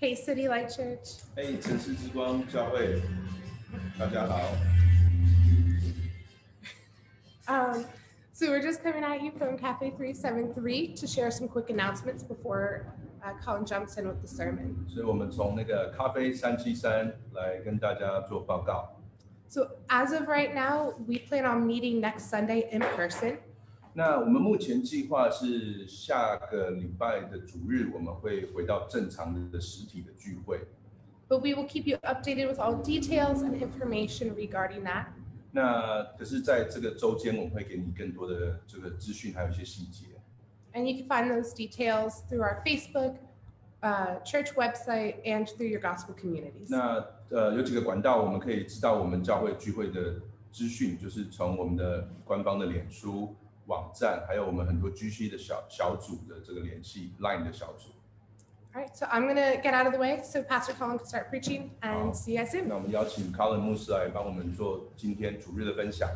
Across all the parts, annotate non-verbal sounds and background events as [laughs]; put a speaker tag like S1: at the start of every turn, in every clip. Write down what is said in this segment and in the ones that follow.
S1: Hey, City Light Church.
S2: 嘿，城市哎之光教会，大家好。
S1: Um, so we're just coming at you from Cafe 373 to share some quick announcements before uh, Colin jumps in with the sermon.
S2: 所以我们从那个咖啡三七三来跟大家做报告。
S1: So, as of right now, we plan on meeting next Sunday in person.
S2: 那我们目前计划是下个礼拜的主日，我们会回到正常的实体的聚会。
S1: But we will keep you updated with all details and information regarding that.
S2: 那可是在这个周间，我们会给你更多的这个资讯，还有一些细节。
S1: And you can find those details through our Facebook, uh, church website, and through your gospel communities.
S2: 那呃，有几个管道我们可以知道我们教会聚会的资讯，就是从我们的官方的脸书网站，还有我们很多 GC 的小小组的这个联系 Line 的小组。
S1: All right, so I'm going to get out of the way so Pastor Colin can start preaching and
S2: Wow.
S1: see you guys soon.
S2: 那我们邀请 Colin 牧师来帮我们做今天主日的分享。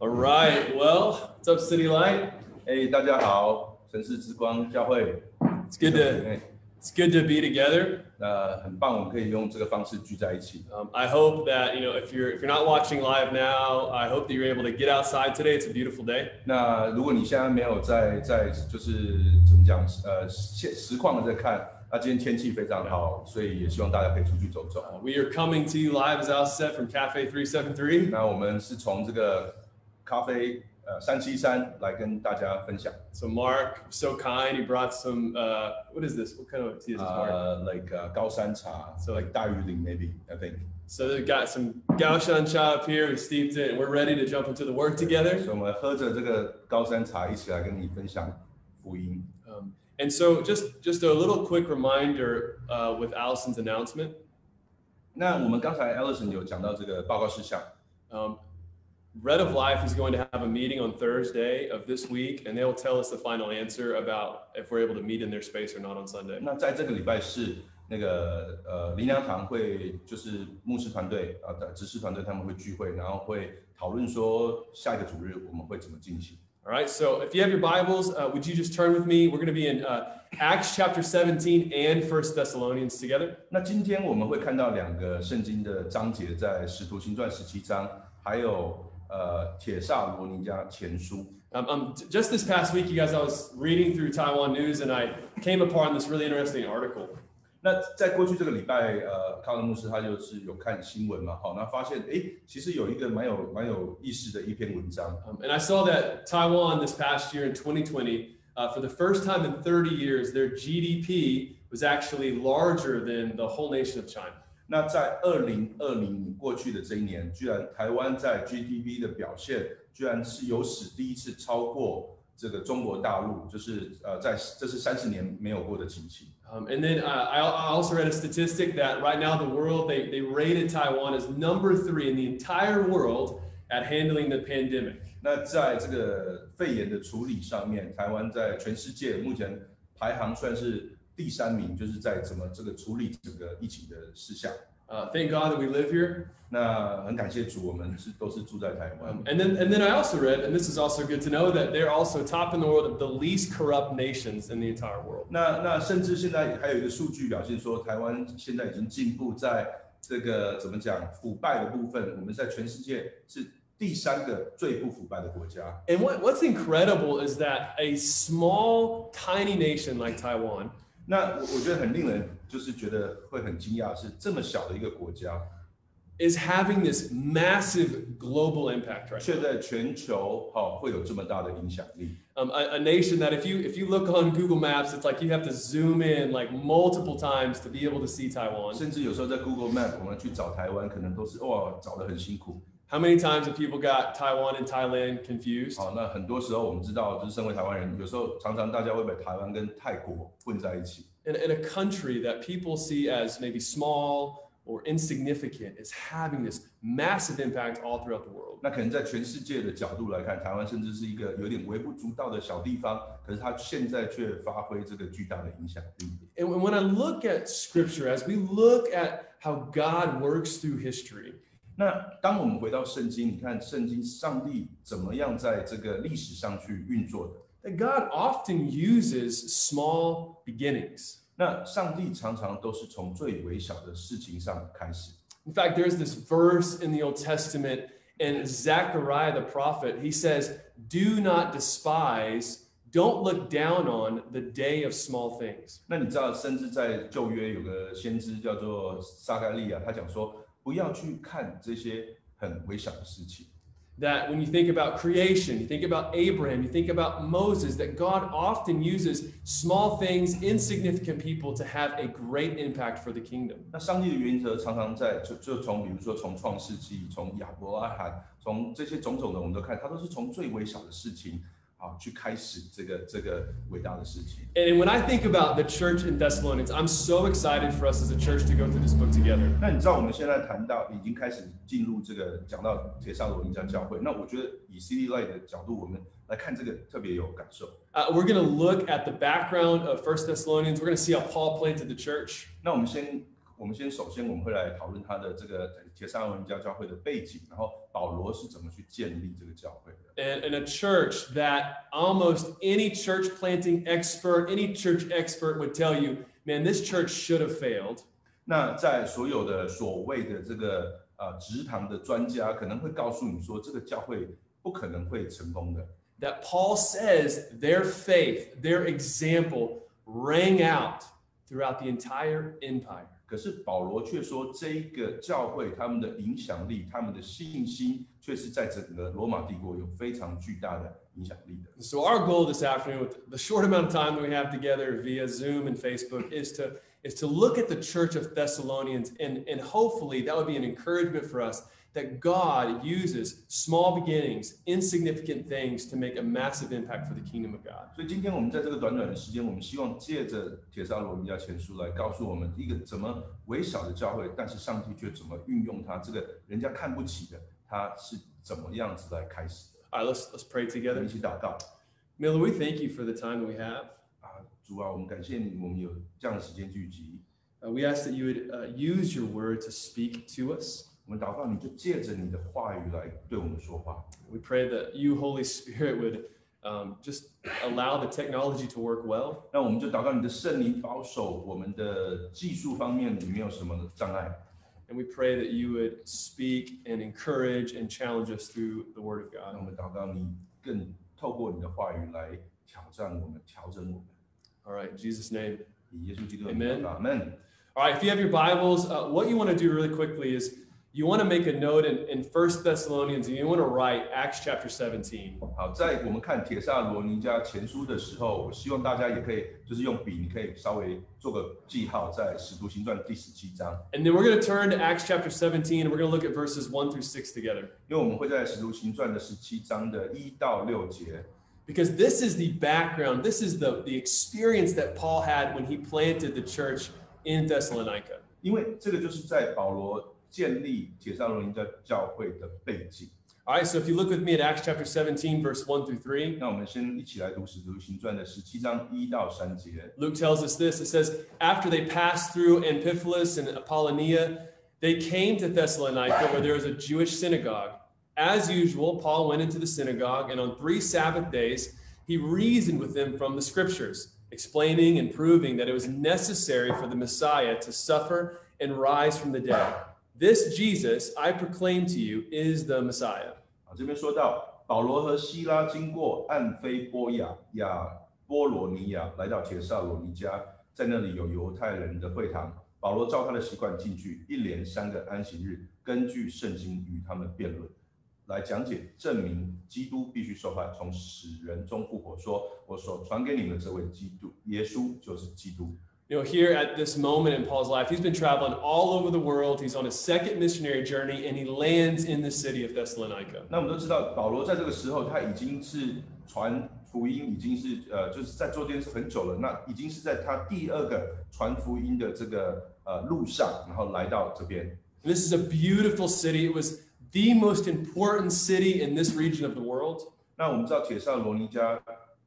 S3: All right. Well, what's up, City Light?
S2: 哎，大家好，城市之光教会，
S3: It's good to
S2: 哎，
S3: it's good to be together.
S2: 那很棒，我们可以用这个方式聚在一起。
S3: Um, I hope that you know if you're if you're not watching live now, I hope that you're able to get outside today. It's a beautiful day.
S2: 那如果你现在没有在在就是怎么讲呃现实况的在看，那今天天气非常好，所以也希望大家可以出去走走。
S3: Uh, we are coming to you live, as Al said, from Cafe 373.
S2: 那我们是从这个咖啡呃三七三来跟大家分享
S3: So Mark, so kind, he brought some. Uh, what is this? What kind of tea is this, Mark?
S2: 呃 like 呃高山茶，so like 大玉林 maybe I think。
S3: So they've got some Gaoshan cha up here. We steeped it, and we're ready to jump into the work together.
S2: 所以我们喝着这个高山茶一起来跟你分享福音。
S3: Um, and so just just a little quick reminder uh, with Allison's announcement.
S2: 那我们刚才 Alison 有讲到这个报告事项，
S3: Um, Red of Life is going to have a meeting on Thursday of this week, and they'll tell us the final answer about if we're able to meet in their space or not on Sunday.
S2: 那在这个礼拜是那个呃林良堂会就是牧师团队啊的执事团队他们会聚会，然后会讨论说下一个主日我们会怎么进行。
S3: All right, so if you have your Bibles, uh, would you just turn with me? We're going to be in uh, Acts chapter 17 and First Thessalonians together.
S2: 那今天我们会看到两个圣经的章节，在《使徒行传》十七章，还有呃《铁萨罗尼迦前书》。
S3: Um, um, j- just this past week, you guys, I was reading through Taiwan news and I came upon this really interesting article.
S2: 那在过去这个礼拜，呃，康德牧师他就是有看新闻嘛，好，那发现诶，其实有一个蛮有蛮有意思的一篇文章。
S3: Um, and I saw that Taiwan this past year in 2020, uh, for the first time in 30 years, their GDP was actually larger than the whole nation of China.
S2: 那在二零二零过去的这一年，居然台湾在 GDP 的表现，居然是有史第一次超过这个中国大陆，就是呃，在这是三十年没有过的情形。
S3: Um, and then uh, I, I also read a statistic that right now the world, they, they rated Taiwan as number three in the entire world at handling the pandemic.
S2: 那在这个肺炎的处理上面，台湾在全世界目前排行算是第三名，就是在怎么这个处理整个疫情的事项。
S3: Uh, thank God that we live here.
S2: 那很感谢主，我们是都是住在台湾
S3: Um,。and then and then I also read, and this is also good to know, that they're also top in the world of the least corrupt nations in the entire world.
S2: 那那甚至现在还有一个数据表现说，台湾现在已经进步在这个怎么讲腐败的部分，我们在全世界是第三个最不腐败的国家。
S3: And what, what's incredible is that a small, tiny nation like Taiwan
S2: 那我我觉得很令人就是觉得会很惊讶，是这么小的一个国家，
S3: is having this massive global impact right now.
S2: 却在全球哈、哦、会有这么大的影响力。
S3: um, a, a nation that if you if you look on Google Maps, it's like you have to zoom in like multiple times to be able to see Taiwan.
S2: 甚至有时候在 Google Map 我们去找台湾，可能都是哇找的很辛苦。
S3: How many times have people got Taiwan and Thailand confused?
S2: 好，那很多时候我们知道，就是身为台湾人，有时候常常大家会把台湾跟泰国混在一起。
S3: And, and a country that people see as maybe small or insignificant is having this massive impact all throughout the world.
S2: 那可能在全世界的角度来看，台湾甚至是一个有点微不足道的小地方，可是它现在却发挥这个巨大的影响力。
S3: And when- when I look at scripture, as we look at how God works through history,
S2: 那当我们回到圣经，你看圣经上帝怎么样在这个历史上去运作的？
S3: That God often uses small beginnings.
S2: 那上帝常常都是从最微小的事情上开始。
S3: In fact, there's this verse in the Old Testament, and Zechariah the prophet, he says, Do not despise, don't look down on the day of small things.
S2: 那你知道，甚至在旧约有个先知叫做撒该利亚，他讲说不要去看这些很微小的事情。
S3: That when you think about creation, you think about Abraham, you think about Moses, that God often uses small things, insignificant people to have a great impact for the kingdom.
S2: 那上帝的原则常常在就就从比如说从创世纪、从亚伯拉罕、从这些种种的，我们都看，他都是从最微小的事情啊去开始这个这个伟大的事情。
S3: And when I think about the church in Thessalonians, I'm so excited for us as a church to go through this book together.
S2: 那你知道我们现在谈到已经开始进入这个讲到铁上罗尼章教会，那我觉得以 CD Light 的角度，我们来看这个特别有感受。
S3: Uh, we're going to look at the background of First Thessalonians. We're going to see how Paul played to the church.
S2: 那我们先，我们先首先我们会来讨论他的这个铁上罗尼教教会的背景，然后保罗是怎么去建立这个教会的。
S3: And, and a church that almost any church planting expert, any church expert would tell you, man, this church should have failed.
S2: 那在所有的所谓的这个呃职堂的专家可能会告诉你说，这个教会不可能会成功的。
S3: That Paul says their faith, their example rang out throughout the entire empire.
S2: 可是保罗却说，这个教会他们的影响力、他们的信心，却是在整个罗马帝国有非常巨大的影响力的。
S3: So our goal this afternoon, with the short amount of time that we have together via Zoom and Facebook, is to is to look at the Church of Thessalonians and and hopefully that would be an encouragement for us that God uses small beginnings, insignificant things to make a massive impact for the kingdom of God.
S2: 所以今天我们在这个短短的时间，我们希望借着《铁沙罗尼迦前书》来告诉我们一个怎么微小的教会，但是上帝却怎么运用它，这个人家看不起的，它是怎么样子来开始的。
S3: All right, let's let's
S2: 我们
S3: pray together.
S2: 一起祷告
S3: Miller, we thank you for the time that we have.
S2: 啊，主啊，我们感谢你，我们有这样的时间聚集。
S3: Uh, we ask that you would uh, use your word to speak to us.
S2: 我们祷告，你就借着你的话语来对我们说话。
S3: We pray that you, Holy Spirit, would um, just allow the technology to work well.
S2: 那我们就祷告你的圣灵保守我们的技术方面，你没有什么障碍。
S3: And we pray that you would speak and encourage and challenge us through the word of
S2: 那
S3: God.
S2: 我们祷告你更透过你的话语来挑战我们，调整我们。
S3: All right, in Jesus' name.
S2: 以耶稣基督的名
S3: Amen
S2: 祷告，Amen。
S3: All right, if you have your Bibles, uh, what you want to do really quickly is you want to make a note in, in 1 Thessalonians and you want to write Acts chapter 17.
S2: 好，在我们看铁萨罗尼迦前书的时候，我希望大家也可以就是用笔，你可以稍微做个记号，在使徒行传第十七章，
S3: And then we're going to turn to Acts chapter 17 and we're going to look at verses 1 through 6 together.
S2: 因为我们会在使徒行传的十七章的一到六节
S3: Because this is the background, this is the, the experience that Paul had when he planted the church in Thessalonica.
S2: 因为这个就是在保罗建立铁萨罗尼迦教会的背景。
S3: All right, so if you look with me at Acts chapter 17, verse 1 through 3.
S2: 那我们先一起来读《使徒行传》的十七章一到三节。
S3: Luke tells us this it says, After they passed through Amphipolis and Apollonia, they came to Thessalonica, where there was a Jewish synagogue. As usual, Paul went into the synagogue, and on three Sabbath days, he reasoned with them from the scriptures, explaining and proving that it was necessary for the Messiah to suffer and rise from the dead. This Jesus I proclaim to you is the Messiah.
S2: 啊，这边说到保罗和希拉经过安菲波亚、亚波罗尼亚，来到铁萨罗尼迦，在那里有犹太人的会堂。保罗照他的习惯进去，一连三个安息日，根据圣经与他们辩论，来讲解证明基督必须受害，从死人中复活。说我所传给你们的这位基督，耶稣就是基督。
S3: You know, here at this moment in Paul's life, he's been traveling all over the world. He's on his second missionary journey and he lands in the city of Thessalonica.
S2: 那我们都知道，保罗在这个时候他已经是传福音，已经是呃，就是在做这件事很久了。那已经是在他第二个传福音的这个呃路上，然后来到这边。
S3: And this is a beautiful city. It was the most important city in this region of the world.
S2: 那我们知道，铁上罗尼加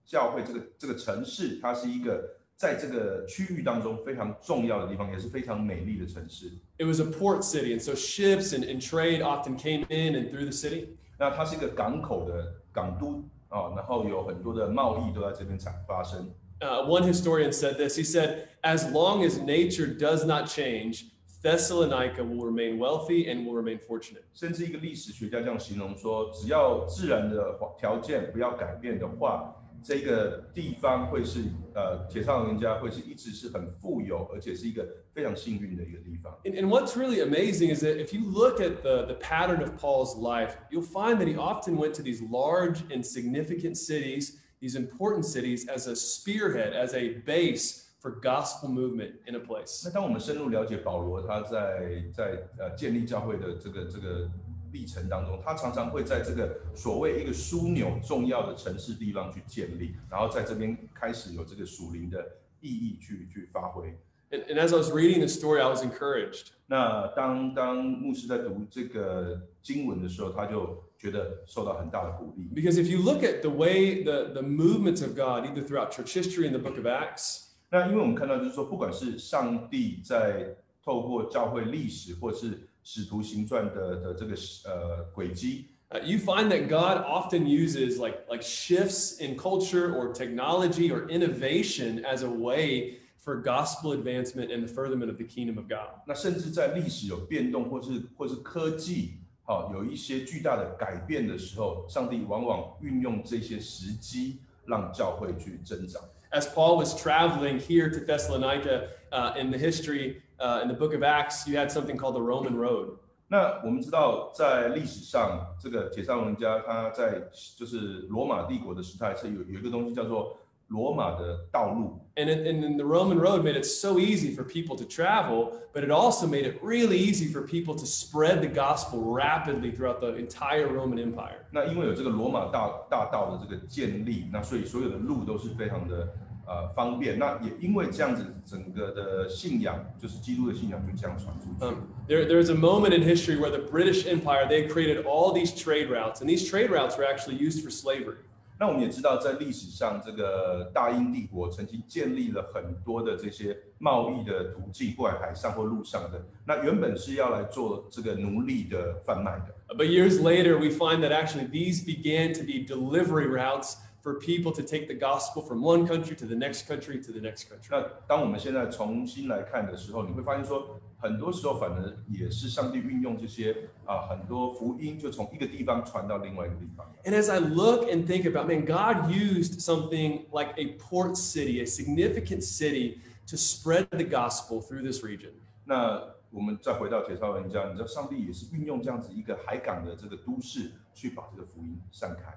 S2: 教会这个这个城市，它是一个在这个区域当中非常重要的地方，也是非常美丽的城市。
S3: It was a port city, and so ships and, and trade often came in and through the city.
S2: 那它是一个港口的港都啊、然后有很多的贸易都在这边产发生。
S3: Uh, one historian said this. He said, As long as nature does not change, Thessalonica will remain wealthy and will remain fortunate.
S2: 甚至一个历史学家这样形容说，只要自然的条件不要改变的话，这个地方会是呃铁上人家会是一直是很富有，而且是一个非常幸运的一个地方。
S3: And, and what's really amazing is that if you look at the, the pattern of Paul's life, you'll find that he often went to these large and significant cities, these important cities, as a spearhead, as a base for gospel movement in a
S2: 那
S3: place.
S2: 当我们深入了解保罗他在在呃建立教会的这个这个历程当中，他常常会在这个所谓一个枢纽重要的城市地方去建立，然后在这边开始有这个属灵的意义去去发挥。
S3: And, and as I was reading this story, I was encouraged.
S2: 那当当牧师在读这个经文的时候，他就觉得受到很大的鼓励，
S3: Because if you look at the way the, the movements of God, either throughout church history and the book of Acts,
S2: 那因为我们看到，就是说，不管是上帝在透过教会历史，或是使徒行传的的这个呃轨迹，
S3: uh, you find that God often uses like, like shifts in culture or technology or innovation as a way for gospel advancement and the furtherment of the kingdom of God.
S2: 那甚至在历史有变动，或是或是科技好、有一些巨大的改变的时候，上帝往往运用这些时机，让教会去增长。
S3: As Paul was traveling here to Thessalonica uh, in the history, uh, in the book of Acts, you had something called the Roman Road.
S2: 那我们知道，在历史上，这个铁上文家他在就是罗马帝国的时代是有有一个东西叫做罗马的道路，
S3: And, it, and then the Roman road made it so easy for people to travel, but it also made it really easy for people to spread the gospel rapidly throughout the entire Roman Empire.
S2: 那因为有这个罗马大大道的这个建立，那所以所有的路都是非常的呃方便。那也因为这样子，整个的信仰就是基督的信仰就这样传出去。
S3: Um, there, there's a moment in history where the British Empire, they created all these trade routes, and these trade routes were actually used for slavery.
S2: 那我们也知道，在历史上，这个大英帝国曾经建立了很多的这些贸易的途径，不管海上或陆上的。那原本是要来做这个奴隶的贩卖的。
S3: But years later, we find that actually these began to be delivery routes for people to take the gospel from one country to the next country to the next country.
S2: 那当我们现在重新来看的时候，你会发现说，很多时候反而也是上帝运用这些啊、很多福音就从一个地方传到另外一个地方。
S3: And as I look and think about, man, God used something like a port city, a significant city, to spread the gospel through this region.
S2: 那我们再回到铁烧人家，你知道上帝也是运用这样子一个海港的这个都市，去把这个福音散开。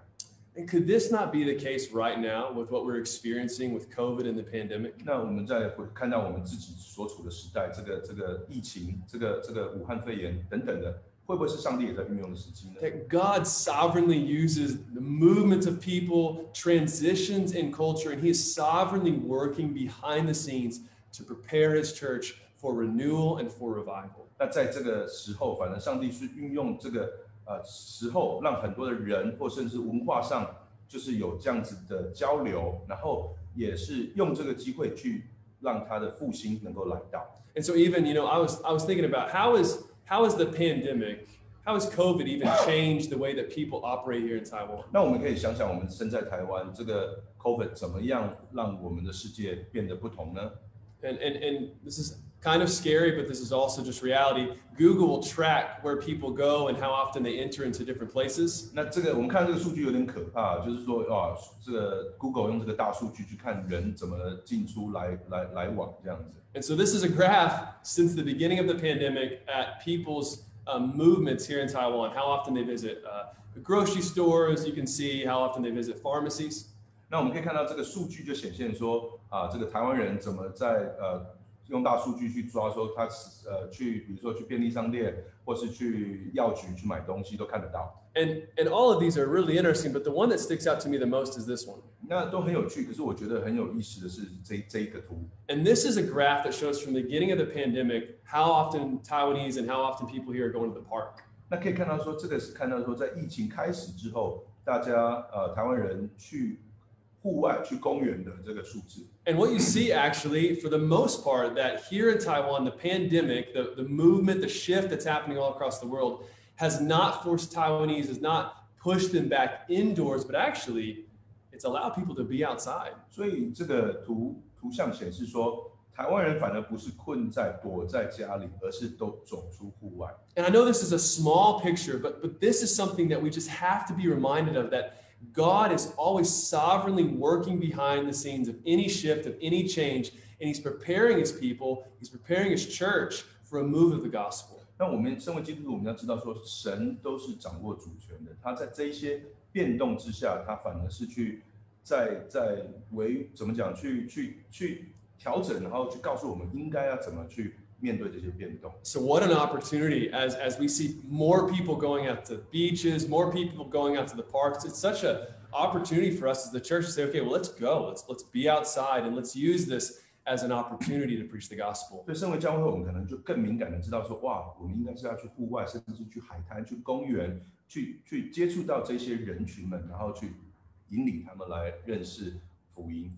S3: And could this not be the case right now with what we're experiencing with COVID and the pandemic?
S2: 那我们再回看到我们自己所处的时代，这个这个疫情，这个这个武汉肺炎等等的，会不会是上帝也在运用的时机呢？
S3: That God sovereignly uses the movements of people, transitions in culture, and He is sovereignly working behind the scenes to prepare His church for renewal and for revival.
S2: 那在这个时候，反正上帝是运用这个呃时候，让很多的人或甚至文化上，就是有这样子的交流，然后也是用这个机会去让他的复兴能够来到。
S3: And so even, you know, I was I was thinking about how is how is the pandemic, how has COVID even changed the way that people operate here in Taiwan?
S2: 那我们可以想想，我们身在台湾，这个 COVID 怎么样让我们的世界变得不同呢？
S3: And and and this is kind of scary, but this is also just reality. Google will track where people go and how often they enter into different places.
S2: 那这个我们看这个数据有点可怕，就是说啊，这个 Google 用这个大数据去看人怎么进出来来来往这样子。
S3: And so this is a graph since the beginning of the pandemic at people's um, movements here in Taiwan, how often they visit uh, grocery stores. You can see how often they visit pharmacies.
S2: 那我们可以看到这个数据就显现说啊，这个台湾人怎么在呃用大数据去抓说他是呃去比如说去便利商店或是去药局去买东西都看得到，
S3: And and all of these are really interesting, but the one that sticks out to me the most is this one.
S2: 那都很有趣。可是我觉得很有意思的是这这一个图，
S3: And this is a graph that shows from the beginning of the pandemic how often Taiwanese and how often people here are going to the park.
S2: 那可以看到说这个是看到说在疫情开始之后，大家呃台湾人去户外去公园的这个数字。
S3: And what you see actually, for the most part, that here in Taiwan, the pandemic, the, the movement, the shift that's happening all across the world has not forced Taiwanese, has not pushed them back indoors, but actually it's allowed people to be outside.
S2: 所以这个图图像显示说，台湾人反而不是困在躲在家里，而是都走出户外。
S3: And I know this is a small picture, but, but this is something that we just have to be reminded of that God is always sovereignly working behind the scenes of any shift, of any change, and He's preparing His people, He's preparing His church for a move of the gospel.
S2: 那我们身为基督徒，我们要知道说，神都是掌握主权的。他在这一些变动之下，他反而是去在在为怎么讲，去去去调整，然后去告诉我们应该要怎么去面对这些变动。
S3: So, what an opportunity as, as we see more people going out to beaches, more people going out to the parks. It's such an opportunity for us as the church to say, okay, well, let's go, let's, let's be outside, and let's use this as an opportunity to preach the gospel.
S2: 所以，身为教会，我们可能就更敏感的知道说，哇，我们应该是要去户外，甚至是去海滩、去公园，去去接触到这些人群们，然后去引领他们来认识福音。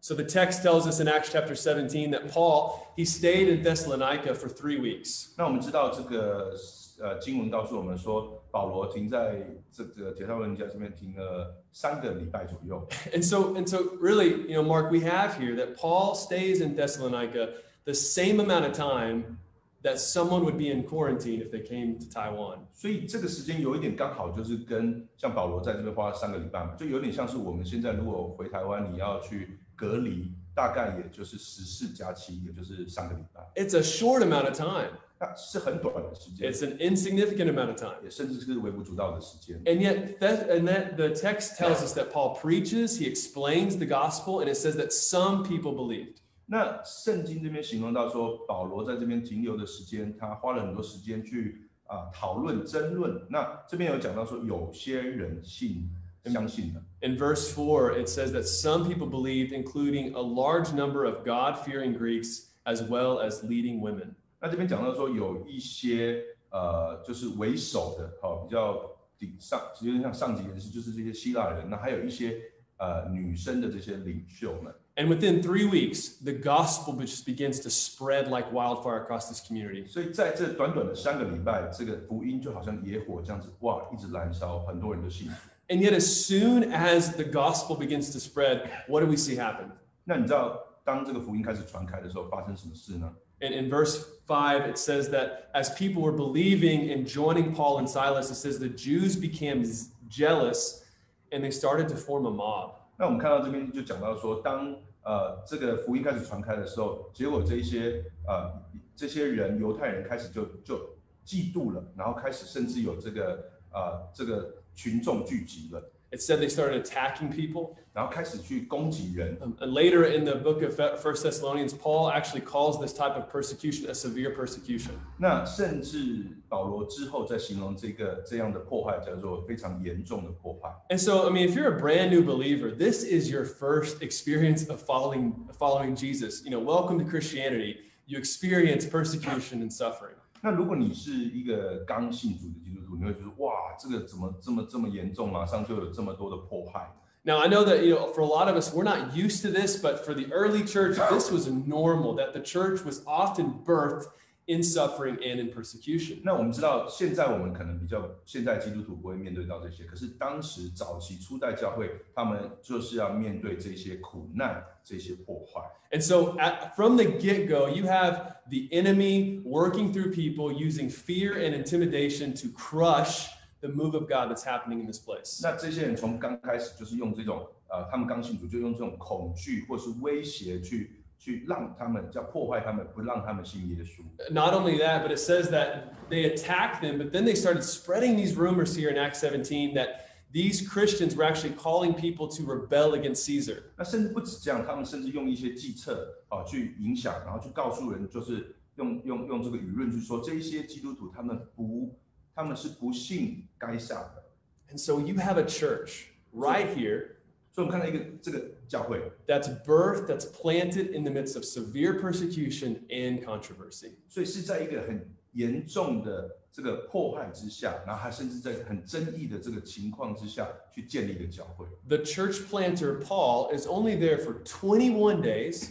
S3: So the text tells us in Acts chapter 17 that Paul, he stayed in Thessalonica for three weeks.
S2: 那我们知道这个呃经文告诉我们说，保罗停在这个铁道人家这边停了三个礼拜左右。
S3: And so and so really, you know, Mark, we have here that Paul stays in Thessalonica the same amount of time that someone would be in quarantine if they came to Taiwan.
S2: 所以这个时间有一点刚好就是跟像保罗在这边花了三个礼拜嘛，就有点像是我们现在如果回台湾，你要去隔离，大概也就是十四加七，也就是上个礼拜，
S3: It's a short amount of time.
S2: 那是很短的时间，
S3: It's an insignificant amount of time.
S2: 也甚至是微不足道的时间。
S3: And yet that, and that the text tells us that Paul preaches, he explains the gospel, and it says that some people believed.
S2: 那圣经这边形容到说，保罗在这边停留的时间，他花了很多时间去啊、讨论、争论。那这边有讲到说，有些人信相信了。
S3: In verse 4, it says that some people believed, including a large number of God fearing Greeks as well as leading women.
S2: 那这边讲到说，有一些呃，就是为首的，好、比较顶上，有点像上级人士，就是这些希腊人。那还有一些呃女生的这些领袖们。
S3: And within three weeks, the gospel be- just begins to spread like wildfire across this community.
S2: 所以在这短短的三个礼拜，这个福音就好像野火这样子，哇，一直燃烧，很多人都信。
S3: And yet, as soon as the gospel begins to spread, what do we see happen?
S2: 那你知道，当这个福音开始传开的时候，发生什么事呢？
S3: And in verse 5, it says that as people were believing and joining Paul and Silas, it says the Jews became z- jealous and they started to form a mob.
S2: 那我们看到这边就讲到说，当呃这个福音开始传开的时候，结果这一些呃这些人犹太人开始就就嫉妒了，然后开始甚至有这个呃这个群众聚集了，
S3: It said they started attacking people.
S2: 然后开始去攻击人。
S3: Um, and later in the book of First Thessalonians, Paul actually calls this type of persecution a severe persecution.
S2: 那甚至保罗之后在形容这个这样的迫害叫做非常严重的迫害。
S3: And so, I mean, if you're a brand new believer, this is your first experience of following following Jesus. You know, welcome to Christianity. You experience persecution and suffering.
S2: 那如果你是一个刚信主的基督徒，你会觉得哇，这个怎么这么这么严重，马上就有这么多的迫害。
S3: Now, I know that you know for a lot of us, we're not used to this, but for the early church, this was normal. That the church was often birthed in suffering and in persecution.
S2: 那我们知道，现在我们可能比较，现在基督徒不会面对到这些，可是当时早期初代教会，他们就是要面对这些苦难、这些破坏。
S3: And so, at, from the get go, you have the enemy working through people using fear and intimidation to crush the move of God that's happening in this place.
S2: 那这些人从刚开始就是用这种，呃，他们刚信主就用这种恐惧或是威胁去去让他们叫破坏他们，不让他们信耶稣。
S3: Not only that, but it says that they attacked them, but then they started spreading these rumors here in Acts 17 that these Christians were actually calling people to rebel against Caesar.
S2: 那甚至不止这样，他们甚至用一些计策啊去影响，然后去告诉人，就是用用用这个舆论去说，这一些基督徒他们不，他们是不信该撒的。
S3: And so you have a church right here
S2: 所以我们看到一个这个教会，
S3: that's birthed, that's planted in the midst of severe persecution and controversy.
S2: 所以是在一个很严重的这个迫害之下，然后他甚至在很争议的这个情况之下去建立一个教会。
S3: The church planter Paul is only there for 21 days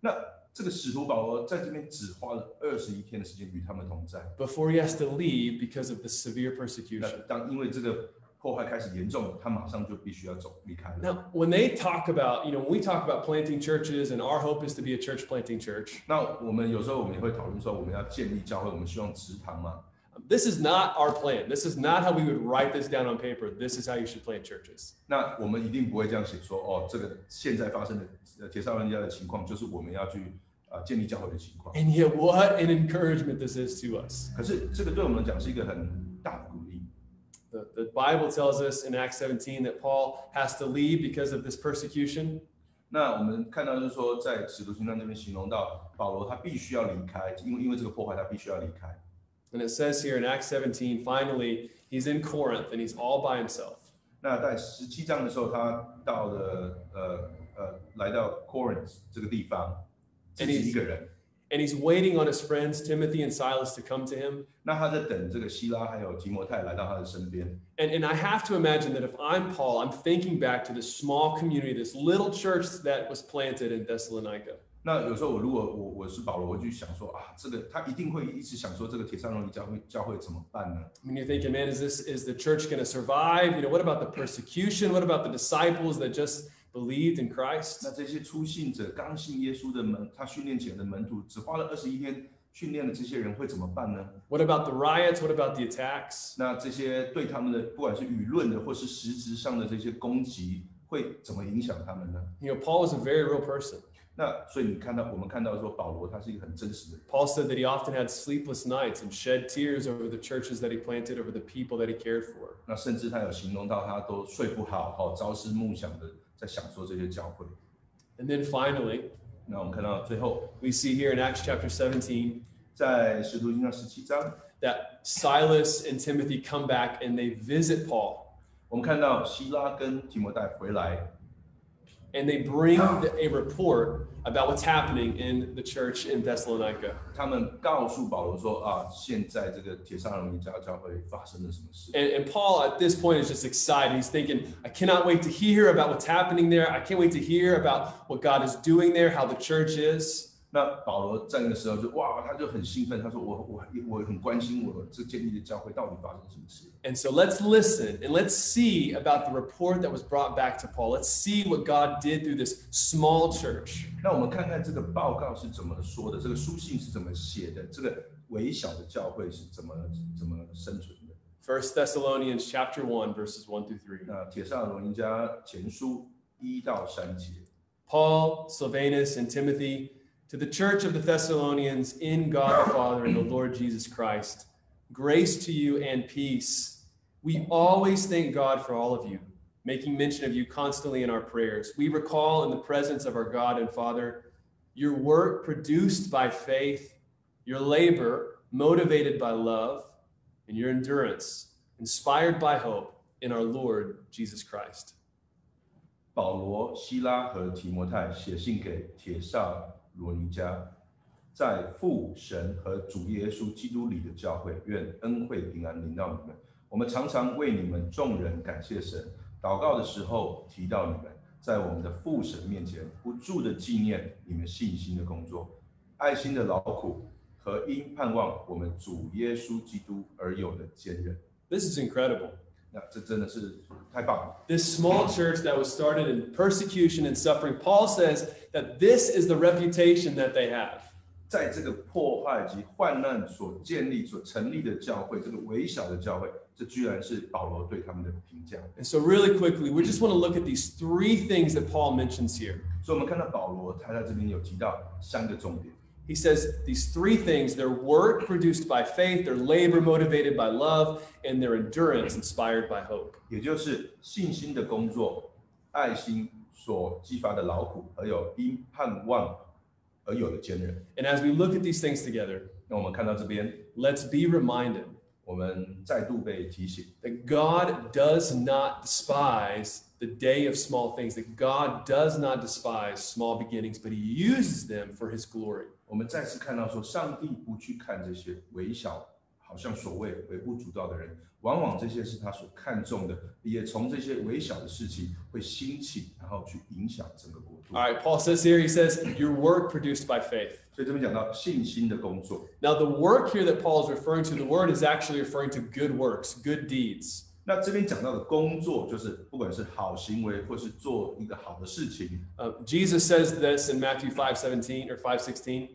S2: 那这个使徒保罗在这边只花了二十一天的时间与他们同在。
S3: before he has to leave because of the severe
S2: 那
S3: persecution.
S2: 当因为这个破坏开始严重，他马上就必须要走离开了。
S3: Now, when they talk about, you know, when we talk about planting churches and our hope is to be a church planting church,
S2: 那我们有时候我们也会讨论说，我们要建立教会，我们希望职堂嘛。
S3: this is not our plan. This is not how we would write this down on paper. This is how you should plant churches.
S2: 那我们一定不会这样写说，哦，这个现在发生的呃铁沙文家的情况，就是我们要去呃建立教会的情况。
S3: And yet, what an encouragement this is to us.
S2: 可是这个对我们来讲是一个很大的鼓励。
S3: The, the Bible tells us in Acts 17 that Paul has to leave because of this persecution.
S2: 那我们看到就是说，在使徒行传这边形容到保罗他必须要离开，因为因为这个破坏他必须要离开。
S3: And it says here in Acts 17, finally, he's in Corinth and he's all by himself.
S2: 那在十七章的时候，他到了呃呃来到 Corinth 这个地方，自己一个人。
S3: And he's waiting on his friends, Timothy and Silas, to come to him.
S2: 那他在等这个希拉还有提摩太来到他的身边。
S3: And, and I have to imagine that if I'm Paul, I'm thinking back to this small community, this little church that was planted in Thessalonica.
S2: 那有时候我如果我我是保罗，我就想说啊，这个他一定会一直想说这个铁上容易教会教会怎么办呢？
S3: I mean, you're thinking, man, is this is the church going to survive? You know, what about the persecution? What about the disciples that just believed in
S2: 那
S3: Christ?
S2: 这些出信者刚信耶稣的门，他训练起来的门徒，只花了二十一天训练的这些人会怎么办呢？
S3: What about the riots? What about the attacks?
S2: 那这些对他们的不管是舆论的或是实质上的这些攻击，会怎么影响他们呢？
S3: You know, Paul was a very real person.
S2: 那所以你看到我们看到说保罗他是一个很真实的人，
S3: Paul said that he often had sleepless nights and shed tears over the churches that he planted, over the people that he cared for.
S2: 那甚至他有形容到他都睡不好，哦，朝思暮想的在想说这些教会。
S3: And then finally,
S2: 那我们看到最后
S3: we see here in Acts chapter 17
S2: 在使徒行传十七章，
S3: that Silas and Timothy come back and they visit Paul
S2: 我们看到希拉跟提摩太回来，
S3: and they bring the- a report about what's happening in the church in Thessalonica.
S2: 他们告诉保罗说啊，现在这个铁上龙家教会发生了什么事。
S3: And, and Paul at this point is just excited. He's thinking, I cannot wait to hear about what's happening there. I can't wait to hear about what God is doing there, how the church is.
S2: 那保罗在那个时候就哇，他就很兴奋，他说我我我很关心我这建立的教会到底发生什么事。
S3: And so let's listen and let's see about the report that was brought back to Paul. Let's see what God did through this small church.
S2: 那我们看看这个报告是怎么说的，这个书信是怎么写的，这个微小的教会是怎么怎么生存的。
S3: First Thessalonians chapter 1, verses 1 through 3.
S2: 那铁上罗人家前书一到三节，
S3: Paul, Silvanus, and Timothy, to the church of the Thessalonians in God the Father and the Lord Jesus Christ, grace to you and peace. We always thank God for all of you, making mention of you constantly in our prayers. We recall in the presence of our God and Father your work produced by faith, your labor motivated by love, and your endurance inspired by hope in our Lord Jesus Christ.
S2: 保罗、希拉和提摩太写信给铁上罗尼加，在父神和主耶稣基督里的教会，愿恩惠平安临到你们。我们常常为你们众人感谢神，祷告的时候提到你们，在我们的父神面前不住的纪念你们信心的工作、爱心的劳苦和因盼望我们主耶稣基督而有的坚韧。
S3: This is incredible.
S2: 那这真的是太棒了！
S3: This small church that was started in persecution and suffering, Paul says that this is the reputation that they have.
S2: 在这个破坏及患难所建立、所成立的教会，这个微小的教会，这居然是保罗对他们的评价。
S3: And so, really quickly, we just want to look at these three things that Paul mentions here.
S2: 所以，我们看到保罗他在这边有提到三个重点。
S3: He says these three things their work produced by faith, their labor motivated by love, and their endurance inspired by hope.
S2: 也就是信心的工作、爱心所激发的劳苦，还有因盼望而有的坚韧。
S3: And as we look at these things together,
S2: 那我们看到这边，
S3: let's be reminded
S2: 我们再度被提醒，
S3: that God does not despise the day of small things, that God does not despise small beginnings, but he uses them for his glory.
S2: 我们再次看到说，上帝不去看这些微小，好像所谓微不足道的人，往往这些是他所看重的，也从这些微小的事情会兴起，然后去影响整个国度
S3: All。right, Paul says here, he says, Your work produced by faith.
S2: 所以这边讲到信心的工作，
S3: Now, the work here that Paul is referring to, the word is actually referring to good works, good deeds.
S2: 那这边讲到的工作，就是不管是好行为，或是做一个好的事情。
S3: Uh, Jesus says this in Matthew 5 17 or 5 16.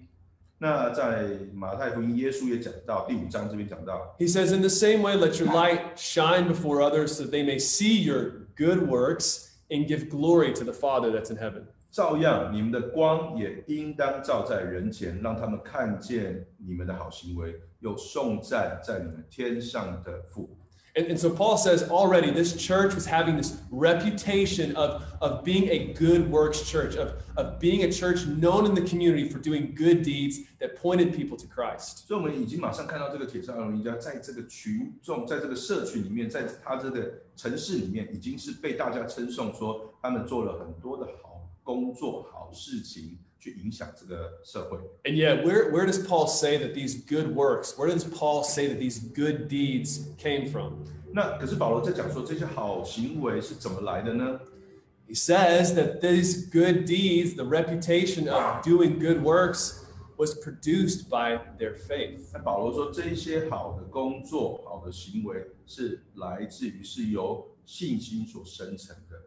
S2: 那在马太福音，耶稣也讲到第五章这边讲到，
S3: He says, In the same way, let your light shine before others so that they may see your good works and give glory to the Father that's in heaven.
S2: 照样你们的光也应当照在人前，让他们看见你们的好行为，又颂赞在你们天上的父。
S3: And, and so Paul says already this church was having this reputation of, of being a good works church, of, of being a church known in the community for doing good deeds that pointed people to Christ.
S2: 所以，我们已经马上看到这个铁上荣一家在这个群众，在这个社群里面，在他这个城市里面，已经是被大家称颂说他们做了很多的好工作、好事情，去影响这个社会。
S3: And yet, where, where does Paul say that these good works, where does Paul say that these good deeds came from?
S2: 那可是保罗在讲说这些好行为是怎么来的呢？
S3: He says that these good deeds, the reputation of doing good works, was produced by their faith.
S2: 那保罗说，这一些好的工作、好的行为是来自于是由信心所生成的。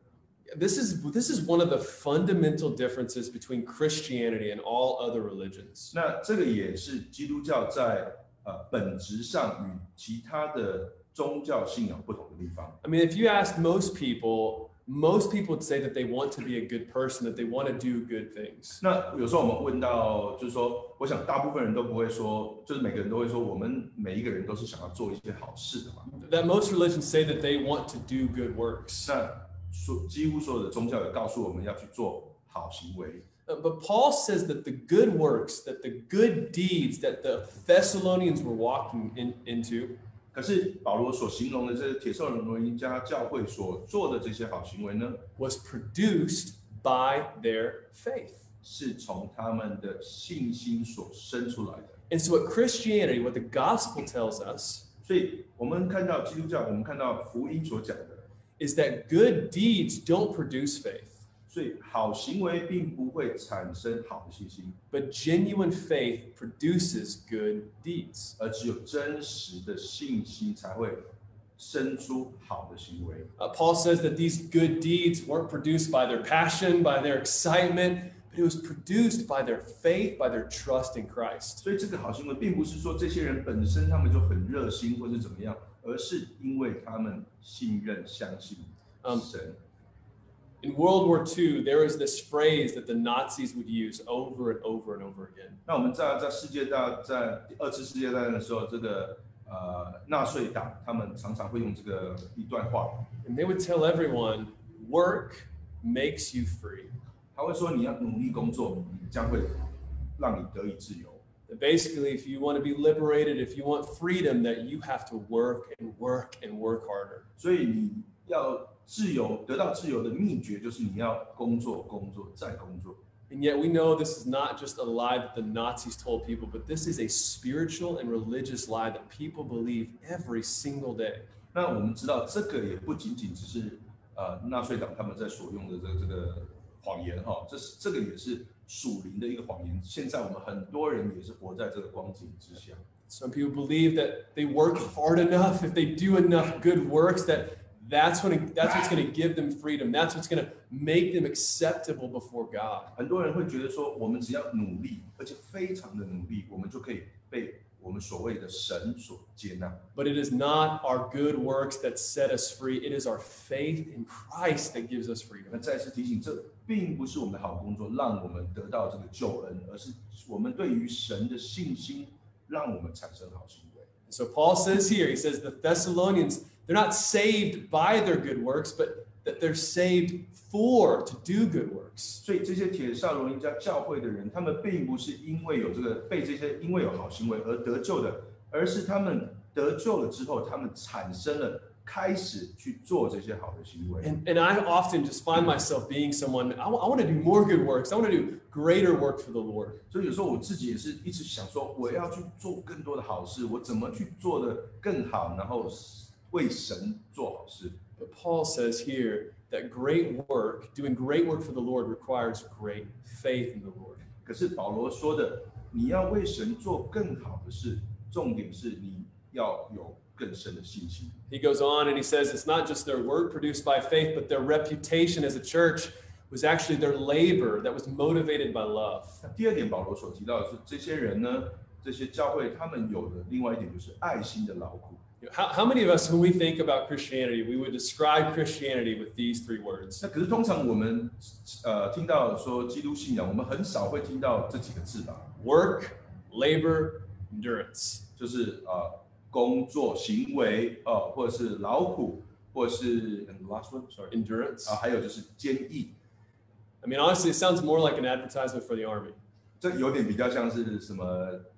S3: This is, this is one of the fundamental differences between Christianity and all other religions.
S2: 那这个也是基督教在呃本质上与其他的宗教信仰不同的地方。
S3: I mean, if you ask most people, most people would say that they want to be a good person, that they want to do good things.
S2: 那有时候我们问到，就是说，我想大部分人都不会说，就是每个人都会说，我们每一个人都是想要做一些好事的嘛。
S3: That most religions say that they want to do good works.
S2: 那所几乎所有的宗教也告诉我们要去做好行为。
S3: Uh, But Paul says that the good works, that the good deeds that the Thessalonians were walking in, into,
S2: 可是保罗所形容的这铁兽人罗因家教会所做的这些好行为呢，
S3: was produced by their faith.
S2: 是从他们的信心所生出来的。
S3: And so, what Christianity, what the gospel tells us,
S2: 所以我们看到基督教，我们看到福音所讲的，
S3: is that good deeds don't produce faith,
S2: 所以好行为并不会产生好的信心，
S3: but genuine faith produces good deeds.
S2: 而只有真实的信心才会生出好的行为。
S3: Uh, Paul says that these good deeds weren't produced by their passion, by their excitement, but it was produced by their faith, by their trust in Christ.
S2: 所以这个好行为并不是说这些人本身他们就很热心或是怎么样，而是因为他们信任、相信
S3: 嗯
S2: 神。
S3: In World War II, there was this phrase that the Nazis would use over and over and over again.
S2: 那我们知道，在世界大战、第二次世界大战的时候，这个呃纳粹党他们常常会用这个一段话，
S3: And they would tell everyone, work makes you free.
S2: 他会说你要努力工作，你将会让你得以自由。
S3: That basically, if you want to be liberated, if you want freedom, that you have to work and work and work harder.
S2: 所以你要自由，得到自由的秘诀就是你要工作、工作再工作。
S3: And yet, we know this is not just a lie that the Nazis told people, but this is a spiritual and religious lie that people believe every single day.
S2: 那我们知道，这个也不仅仅只是呃纳粹党他们在所用的这个这个谎言哈，这是这个也是属灵的一个谎言。现在我们很多人也是活在这个光景之下。
S3: Some people believe that they work hard enough, if they do enough good works, that that's when that's what's going to give them freedom. That's what's going to make them acceptable before God.
S2: 很多人会觉得说，我们只要努力，而且非常的努力，我们就可以被我们所谓的神所接纳。
S3: But it is not our good works that set us free. It is our faith in Christ that gives us
S2: 那
S3: freedom.
S2: 再次提醒，这并不是我们的好工作让我们得到这个救恩，而是我们对于神的信心让我们产生好行为。
S3: So Paul says here, he says the Thessalonians, they're not saved by their good works, but that they're saved for to do good works.
S2: 所以这些铁上罗人家教会的人，他们并不是因为有这个被这些因为有好行为而得救的，而是他们得救了之后，他们产生了开始去做这些好的行为。
S3: And, and I often just find myself being someone, I want to do more good works. I want to do greater work for the Lord.
S2: 所以有时候我自己也是一直想说，我要去做更多的好事，我怎么去做的更好，然后为神做好事。
S3: But Paul says here that great work, doing great work for the Lord, requires great faith in the Lord.
S2: 可是保罗说的，你要为神做更好的事，重点是你要有更深的信心。
S3: He goes on and he says it's not just their work produced by faith, but their reputation as a church was actually their labor that was motivated by love.
S2: 那第二点，保罗所提到的是，这些人呢，这些教会他们有的另外一点就是爱心的劳苦。
S3: You know, How, how many of us, when we think about Christianity, we would describe Christianity with these three words?
S2: 那可是通常我们呃听到说基督信仰，我们很少会听到这几个字吧，
S3: work, labor, endurance.
S2: 就是呃工作行为呃，或者是劳苦，或者是 and the last one sorry
S3: Endurance.
S2: 啊，还有就是坚毅，
S3: I mean, honestly, it sounds more like an advertisement for the army,
S2: 这有点比较像是什么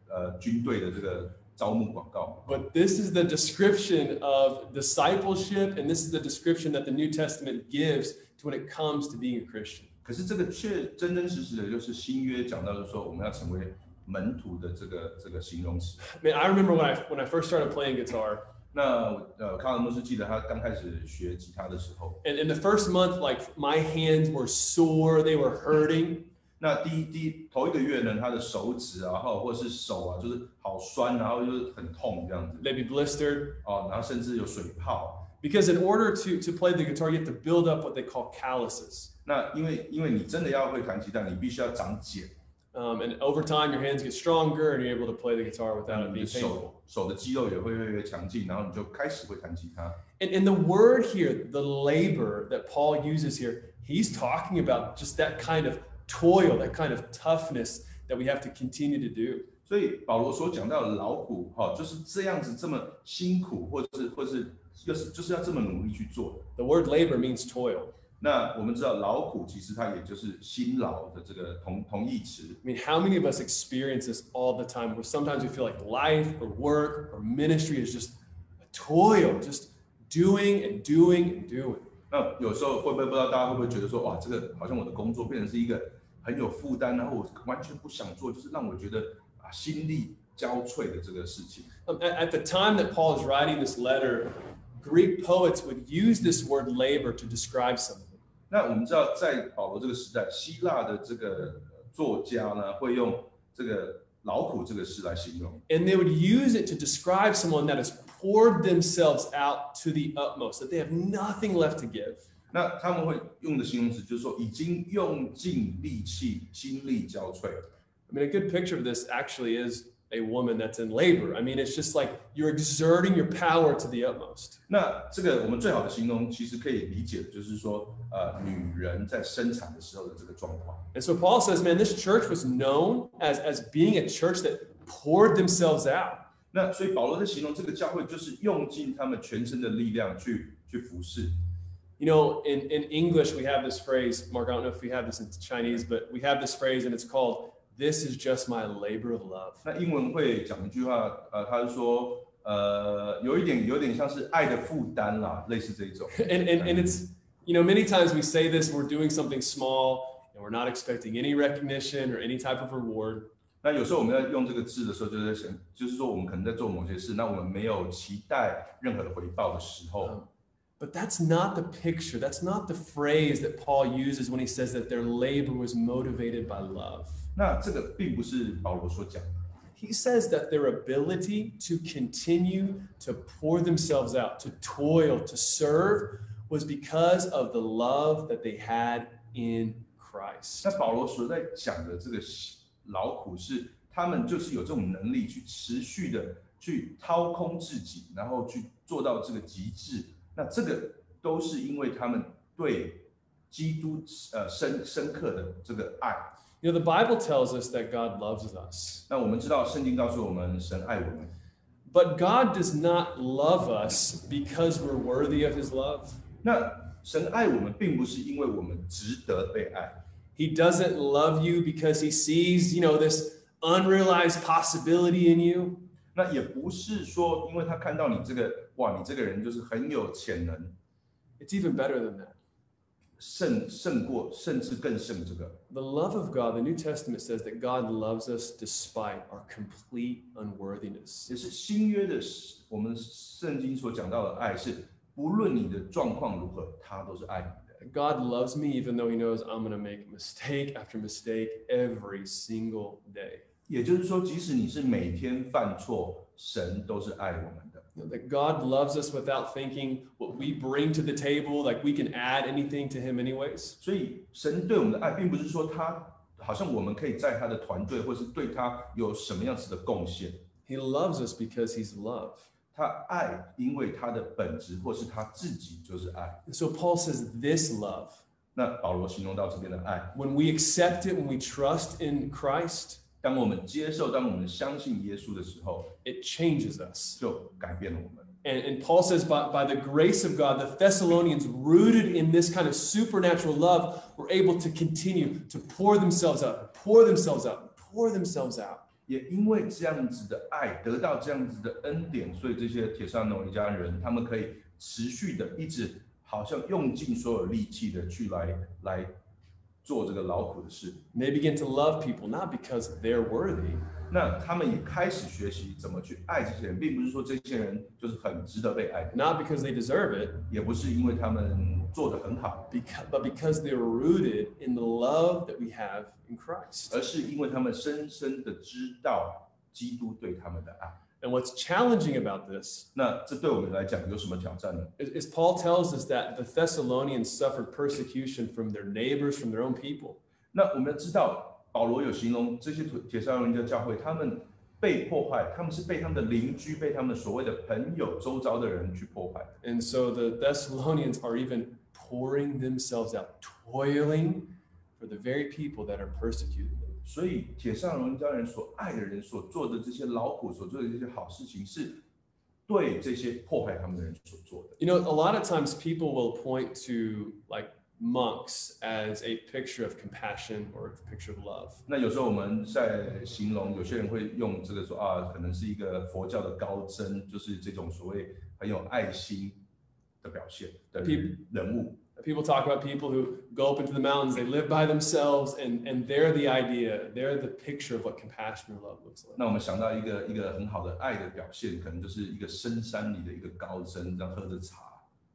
S2: 呃军队的这个招募广告。
S3: but this is the description of discipleship, and this is the description that the New Testament gives to when it comes to being a Christian.
S2: 可是这个却真真实实的，就是新约讲到的说，我们要成为门徒的这个这个形容词。
S3: I mean, I remember when I when I first started playing guitar,
S2: 那我呃，卡尔诺斯记得他刚开始学吉他的时候，
S3: and in the first month, like my hands were sore, they were hurting,
S2: 那第一第一头一个月呢，他的手指啊，或或者是手啊，就是好酸，然后就是很痛这样子
S3: they'd be blistered.
S2: 哦，然后甚至有水泡。
S3: Because in order to to play the guitar, you have to build up what they call calluses,
S2: 那因为因为你真的要会弹吉他，你必须要长茧，
S3: um, and over time, your hands get stronger, and you're able to play the guitar without it
S2: 你的
S3: being painful.
S2: 手手的肌肉也会越来越强劲，然后你就开始会弹吉他。
S3: And, and the word here, the labor that Paul uses here, he's talking about just that kind of toil, that kind of toughness that we have to continue to do.
S2: 所以保罗所讲到的劳苦，哈、就是这样子这么辛苦，或者是或是要是就是要这么努力去做。
S3: The word labor means toil.
S2: 那我们知道劳苦其实它也就是辛劳的这个同同义词。
S3: I mean, how many of us experience this all the time where sometimes we feel like life or work or ministry is just a toil, just doing and doing and doing?
S2: 那有时候会不会不知道大家会不会觉得说，哇，这个好像我的工作变成是一个很有负担，然后我完全不想做，就是让我觉得啊心力交瘁的这个事情。
S3: Um, At, at the time that Paul is writing this letter, Greek poets would use this word labor to describe something.
S2: 那我们知道，在保罗这个时代，希腊的这个作家呢，会用这个劳苦这个事来形容。
S3: and they would use it to describe someone that has poured themselves out to the utmost, that they have nothing left to give.
S2: 那他们会用的形容词就是说已经用尽力气，心力交瘁。
S3: I mean, a good picture of this actually is a woman that's in labor. I mean, it's just like you're exerting your power to the utmost.
S2: 那这个我们最好的形容，其实可以理解，就是说，呃，女人在生产的时候的这个状况。
S3: And so Paul says, man, this church was known as, as being a church that poured themselves out.
S2: 那所以保罗在形容这个教会，就是用尽他们全身的力量去去服侍。
S3: You know, in, in English, we have this phrase, Mark, I don't know if we have this in Chinese, but we have this phrase and it's called, This is just my labor of love.
S2: 那英文会讲一句话，呃，他是说，呃，有一点有点像是爱的负担啦，类似这一种。
S3: and, and and it's you know many times we say this we're doing something small and we're not expecting any recognition or any type of reward
S2: 那有时候我们在用这个字的时候，就在想，就是说我们可能在做某些事，那我们没有期待任何的回报的时
S3: 嗯
S2: 候，
S3: Um, but that's not the picture that's not the phrase that paul uses when he says that their labor was motivated by love
S2: 那这个并不是保罗所讲的。
S3: he says that their ability to continue to pour themselves out to toil to serve was because of the love that they had in christ
S2: 那保罗所在讲的这个劳苦是，他们就是有这种能力去持续的去掏空自己，然后去做到这个极致。那这个都是因为他们对基督呃深深刻的这个爱。
S3: you know the bible tells us that god loves us
S2: 那我们知道圣经告诉我们，神爱我们。
S3: But God does not love us because we're worthy of his love.
S2: 那神爱我们，并不是因为我们值得被爱，
S3: He doesn't love you because he sees, you know, this unrealized possibility in you.
S2: 那也不是说，因为他看到你这个，哇，你这个人就是很有潜能，
S3: It's even better than that.
S2: 胜胜过，甚至更胜这个。
S3: The love of God, the New Testament says that God loves us despite our complete unworthiness.
S2: 也是新约的我们圣经所讲到的爱是，不论你的状况如何，他都是爱你的。
S3: God loves me even though He knows I'm going to make [laughs] mistake after mistake every single day.
S2: 也就是说，即使你是每天犯错，神都是爱我们的。
S3: You know, that God loves us without thinking what we bring to the table, like we can add anything to Him, anyways.
S2: 所以，神对我们的爱，并不是说他好像我们可以在他的团队，或是对他有什么样子的贡献。
S3: He loves us because He's love.
S2: 他爱，因为他的本质或是他自己就是爱。
S3: And so Paul says, This love,
S2: 那保罗形容到这边的爱，
S3: when we accept it, when we trust in Christ,
S2: 当我们接受、当我们相信耶稣的时候，
S3: it changes us.
S2: 就改变了我们。
S3: And, and Paul says, by, by the grace of God, the Thessalonians, rooted in this kind of supernatural love, were able to continue to pour themselves up, pour themselves up, pour themselves out.
S2: 也因为这样子的爱，得到这样子的恩典，所以这些铁扇农一家人，他们可以持续的一直，好像用尽所有力气的去来来做这个劳苦的事。
S3: And they begin to love people, not because they're worthy,
S2: 那他们也开始学习怎么去爱这些人，并不是说这些人就是很值得被爱的，
S3: not because they deserve it,
S2: 也不是因为他们做得很好，
S3: beca- but because they're rooted in the love that we have in Christ.
S2: 而是因为他们深深的知道基督对他们的爱。
S3: And what's challenging about this
S2: 那这对我们来讲有什么挑战呢？
S3: is, is Paul tells us that the Thessalonians suffered persecution from their neighbors, from their own people.
S2: 那我们要知道，保罗有形容这些铁铁砂人的教会，他们被破坏，他们是被他们的邻居、被他们所谓的朋友、周遭的人去破坏的。
S3: And so the Thessalonians are even pouring themselves out, toiling for the very people that are persecuting them.
S2: 所以，铁上荣家人所爱的人所做的这些劳苦，所做的这些好事情，是对这些破坏他们的人所做的。
S3: You know, a lot of times people will point to like monks as a picture of compassion or a picture of love.
S2: 那有时候我们在形容，有些人会用这个说啊，可能是一个佛教的高僧，就是这种所谓很有爱心的表现的人人物。
S3: People talk about people who go up into the mountains, they live by themselves, and, and they're the idea, they're the picture of what compassion or love looks like.
S2: 那我们想到一个一个很好的爱的表现，可能就是一个深山里的一个高僧，这样喝着茶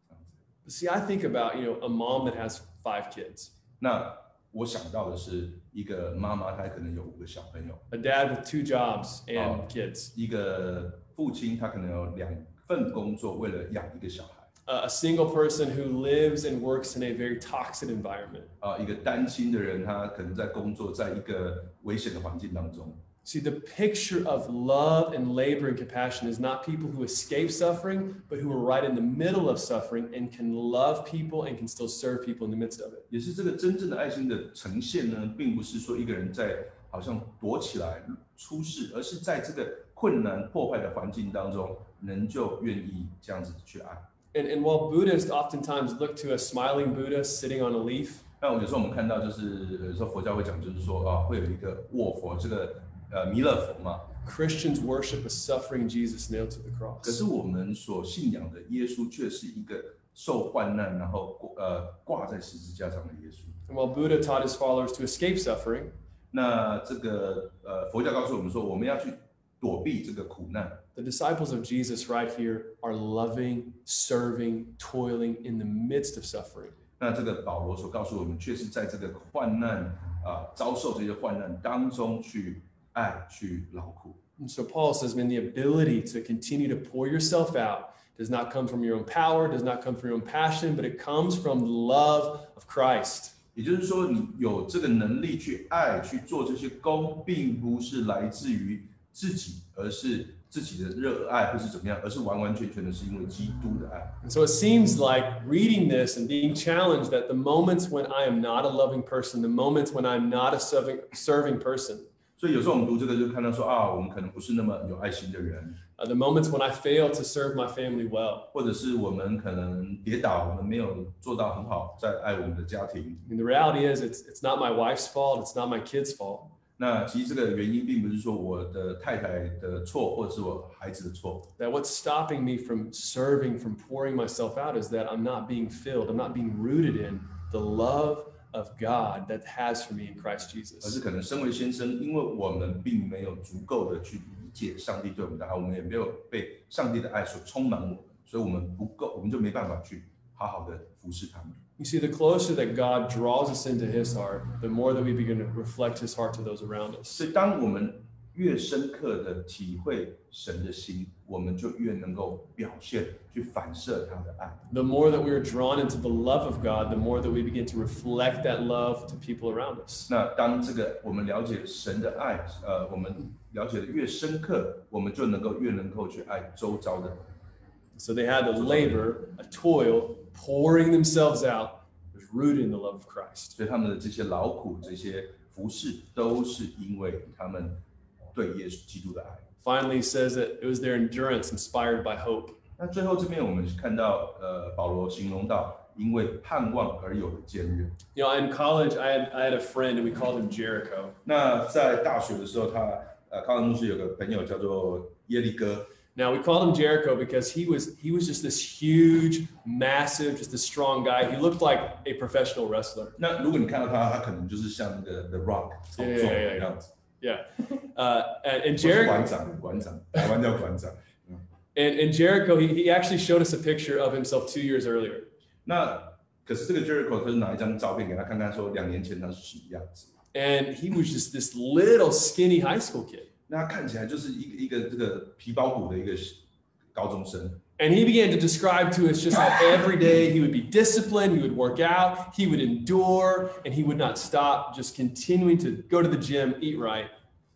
S2: 这样子。
S3: See, I think about, you know, a mom that has five kids,
S2: 那我想到的是一个妈妈，她可能有五个小朋友；
S3: a dad with two jobs and
S2: Oh.
S3: kids,
S2: 一个父亲，他可能有两份工作，为了养一个小孩；
S3: a a single person who lives and works in a very toxic environment.
S2: 啊、一个单亲的人，他可能在工作，在一个危险的环境当中。
S3: See, the picture of love and labor and compassion is not people who escape suffering, but who are right in the middle of suffering and can love people and can still serve people in the midst of it.
S2: 也是这个真正的爱心的呈现呢，并不是说一个人在好像躲起来出事，而是在这个困难破坏的环境当中，人就愿意这样子去爱。
S3: And, and while Buddhists oftentimes look to a smiling Buddha sitting on a leaf,
S2: 那有时候我们看到，就是有时候佛教会讲，就是说啊，会有一个卧佛，这个呃弥勒佛嘛。
S3: Christians worship a suffering Jesus nailed to the
S2: 可
S3: cross.
S2: 是我们所信仰的耶稣，却是一个受患难，然后挂呃挂在十字架上的耶稣。
S3: And while Buddha taught his followers to escape suffering,
S2: 那这个呃佛教告诉我们说，我们要去躲避这个苦难。
S3: the disciples of Jesus right here are loving, serving, toiling in the midst of suffering.
S2: 那这个保罗所告诉我们，却是在这个患难啊、遭受这些患难当中去爱、去劳苦。
S3: And so Paul says, man, the ability to continue to pour yourself out does not come from your own power, does not come from your own passion, but it comes from the love of Christ.
S2: 也就是说，你有这个能力去爱、去做这些功，并不是来自于自己，而是自己的热爱或是怎么样，而是完完全全的是因为基督的爱。
S3: And so it seems like reading this and being challenged that the moments when I am not a loving person, the moments when I'm not a serving, serving person,
S2: 所以有时候我们读这个就看到说啊，我们可能不是那么有爱心的人，
S3: uh, the moments when I fail to serve my family well.
S2: 或者是我们可能跌倒，我们没有做到很好在爱我们的家庭。
S3: I mean, the reality is, it's, it's not my wife's fault, it's not my kids' fault.
S2: 那其实这个原因并不是说我的太太的错，或者是我孩子的错，
S3: That what's stopping me from serving, from pouring myself out, is that I'm not being filled, I'm not being rooted in the love of God that has for me in Christ
S2: 而是
S3: Jesus.
S2: 可能身为先生，因为我们并没有足够的去理解上帝对我们的爱，我们也没有被上帝的爱所充满我们，所以我们不够，我们就没办法去好好的服侍他们。
S3: You see, the closer that God draws us into His heart, the more that we begin to reflect His heart to those around us.
S2: 所以，当我们越深刻的体会神的心，我们就越能够表现去反射他的爱。
S3: The more that we are drawn into the love of God, the more that we begin to reflect that love to people around us.
S2: 那当这个我们了解神的爱，呃，我们了解的越深刻，我们就能够越能够去爱周遭的人。
S3: So they had a labor, a toil, pouring themselves out, was rooted in the love of Christ.
S2: 所以他们的这些劳苦、这些服侍，都是因为他们对耶稣基督的爱。
S3: Finally, he says that it was their endurance inspired by hope.
S2: 那最后这边我们看到，呃，保罗形容到因为盼望而有的坚韧。
S3: You know, in college, I had, I had a friend and we called him Jericho.
S2: 那在大学的时候，他呃，康恩牧师有个朋友叫做耶利哥。
S3: Now we called him Jericho because he was he was just this huge, massive, just this strong guy. He looked like a professional wrestler.
S2: 那如果你看到他，他可能就是像那个 The Rock 重
S3: 对
S2: 重
S3: 对对
S2: 那样子，
S3: Yeah, uh, and, and
S2: 或是
S3: Jericho
S2: 馆长，馆长，台湾叫馆长。
S3: and, and Jericho he, he actually showed us a picture of himself two years earlier.
S2: 那可是这个 Jericho 就是拿一张照片给他看看，说两年前他是什么样子。
S3: And he was just this little skinny high school kid.
S2: 那他看起来就是一个一个这个皮包骨的一个高中生。
S3: And he began to describe to us just how every day he would be disciplined, he would work out, he would endure, and he would not stop, just continuing to go to the gym, eat right.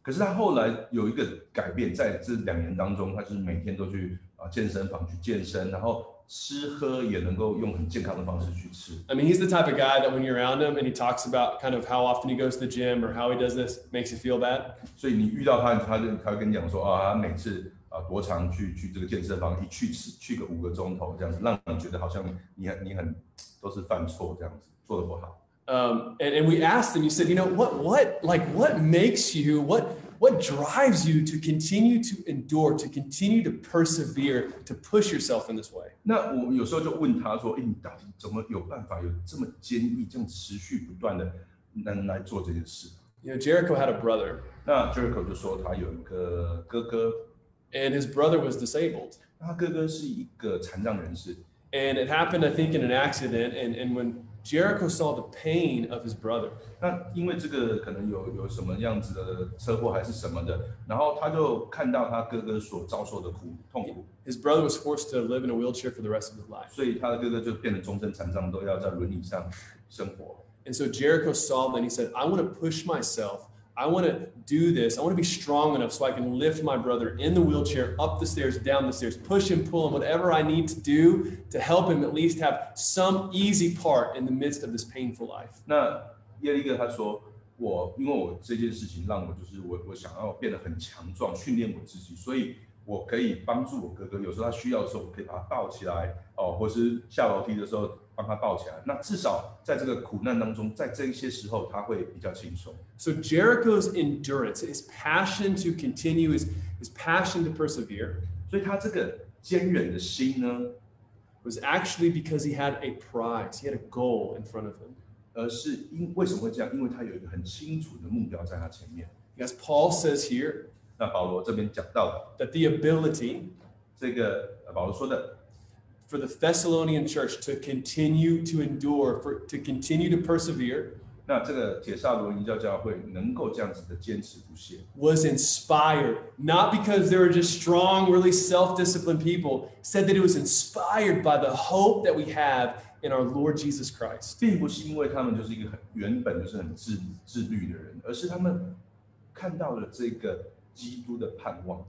S2: 可是他后来有一个改变，在这两年当中，他就是每天都去啊健身房去健身，然后吃喝也能够用很健康的方式去吃。
S3: I mean, he's the type of guy that when you're around him and he talks about kind of how often he goes to the gym or how he does this, makes you feel bad.
S2: 所以你遇到他，他就他会跟你讲说啊，他每次啊多长去去这个健身房，一去吃去个五个钟头这样子，让你觉得好像你很你很都是犯错这样子，做的不好。
S3: Um, and, and we asked him, you said, you know, what, what, like, what makes you, what, what drives you to continue to endure, to continue to persevere, to push yourself in this way?
S2: 那我有时候就问他说：“哎，你到底怎么有办法有这么坚毅、这样持续不断的能来做这件事
S3: You know, Jericho had a brother？”
S2: 那 Jericho 就说他有一个哥哥，
S3: and his brother was disabled.
S2: 那他哥哥是一个残障人士。
S3: And it happened, I think, in an accident. And, and when Jericho saw the pain of his brother,
S2: 那因为这个可能有有什么样子的车祸还是什么的，然后他就看到他哥哥所遭受的苦痛苦，
S3: his brother was forced to live in a wheelchair for the rest of his life.
S2: 所以他的哥哥就变得终身残障，都要在轮椅上生活。
S3: And so Jericho saw that and he said, I want to push myself. I want to do this. I want to be strong enough so I can lift my brother in the wheelchair up the stairs, down the stairs, push and pull him, whatever I need to do to help him at least have some easy part in the midst of this painful life.
S2: 那耶利哥他说：“我因为我这件事情让我就是我我想要变得很强壮，训练我自己，所以我可以帮助我哥哥。有时候他需要的时候，我可以把他抱起来哦，或是下楼梯的时候帮他抱起来。那至少在这个苦难当中，在这一些时候他会比较轻松。
S3: So Jericho's endurance, his passion to continue, his, his passion to persevere,
S2: 所以他这个坚忍的心呢，
S3: was actually because he had a prize, he had a goal in front of him.
S2: 而是因为什么会这样？因为他有一个很清楚的目标在他前面。
S3: Because Paul says here
S2: 那保罗这边讲到的
S3: that the ability
S2: 这个，呃保罗说的
S3: for the Thessalonian church to continue to endure, for, to continue to persevere,
S2: 那这个铁萨罗尼教教会能够这样子的坚持不懈，
S3: was inspired, not because they were just strong, really self disciplined people, said that it was inspired by the hope that we have in our Lord Jesus Christ.
S2: 并不是因为他们就是一个很原本就是很自自律的人，而是他们看到了这个基督的盼望，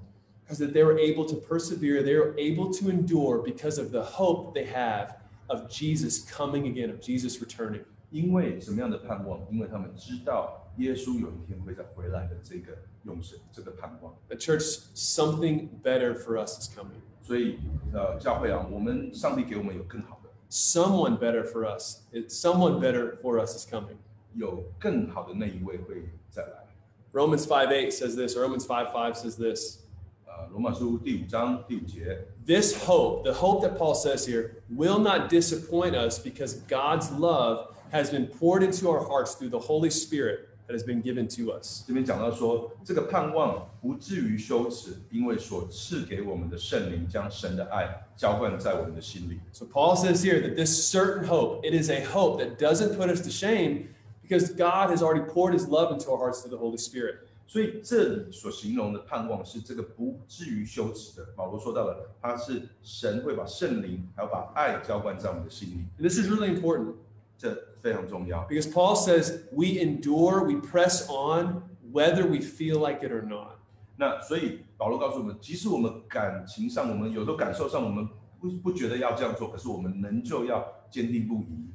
S3: Is that they were able to persevere, they were able to endure because of the hope they have of Jesus coming again, of Jesus returning.
S2: 因为什么样的盼望？因为他们知道耶稣有一天会再回来的这个永生，这个盼望。
S3: The church, something better for us is coming.
S2: 所以，呃，教会啊，我们上帝给我们有更好的，
S3: Someone better for us. It, someone better for us is coming.
S2: 有更好的那一位会再来。
S3: Romans 5 8 says this, or Romans 5 5 says this.
S2: 呃，罗马书第五章第五节，
S3: This hope, the hope that Paul says here, will not disappoint us because God's love has been poured into our hearts through the Holy Spirit that has been given to us.
S2: 这边讲到说，这个盼望不至于羞耻，因为所赐给我们的圣灵将神的爱浇灌在我们的心里。
S3: So Paul says here that this certain hope, it is a hope that doesn't put us to shame because God has already poured his love into our hearts through the Holy Spirit.
S2: 所以这里所形容的盼望是这个不至于羞耻的。保罗说到了，他是神会把圣灵还有把爱浇灌在我们的心里，
S3: And this is really important
S2: 这非常重要。
S3: because Paul says we endure, we press on whether we feel like it or not.
S2: 那所以保罗告诉我们，即使我们感情上，我们有时候感受上，我们不不觉得要这样做，可是我们仍旧要坚定不移。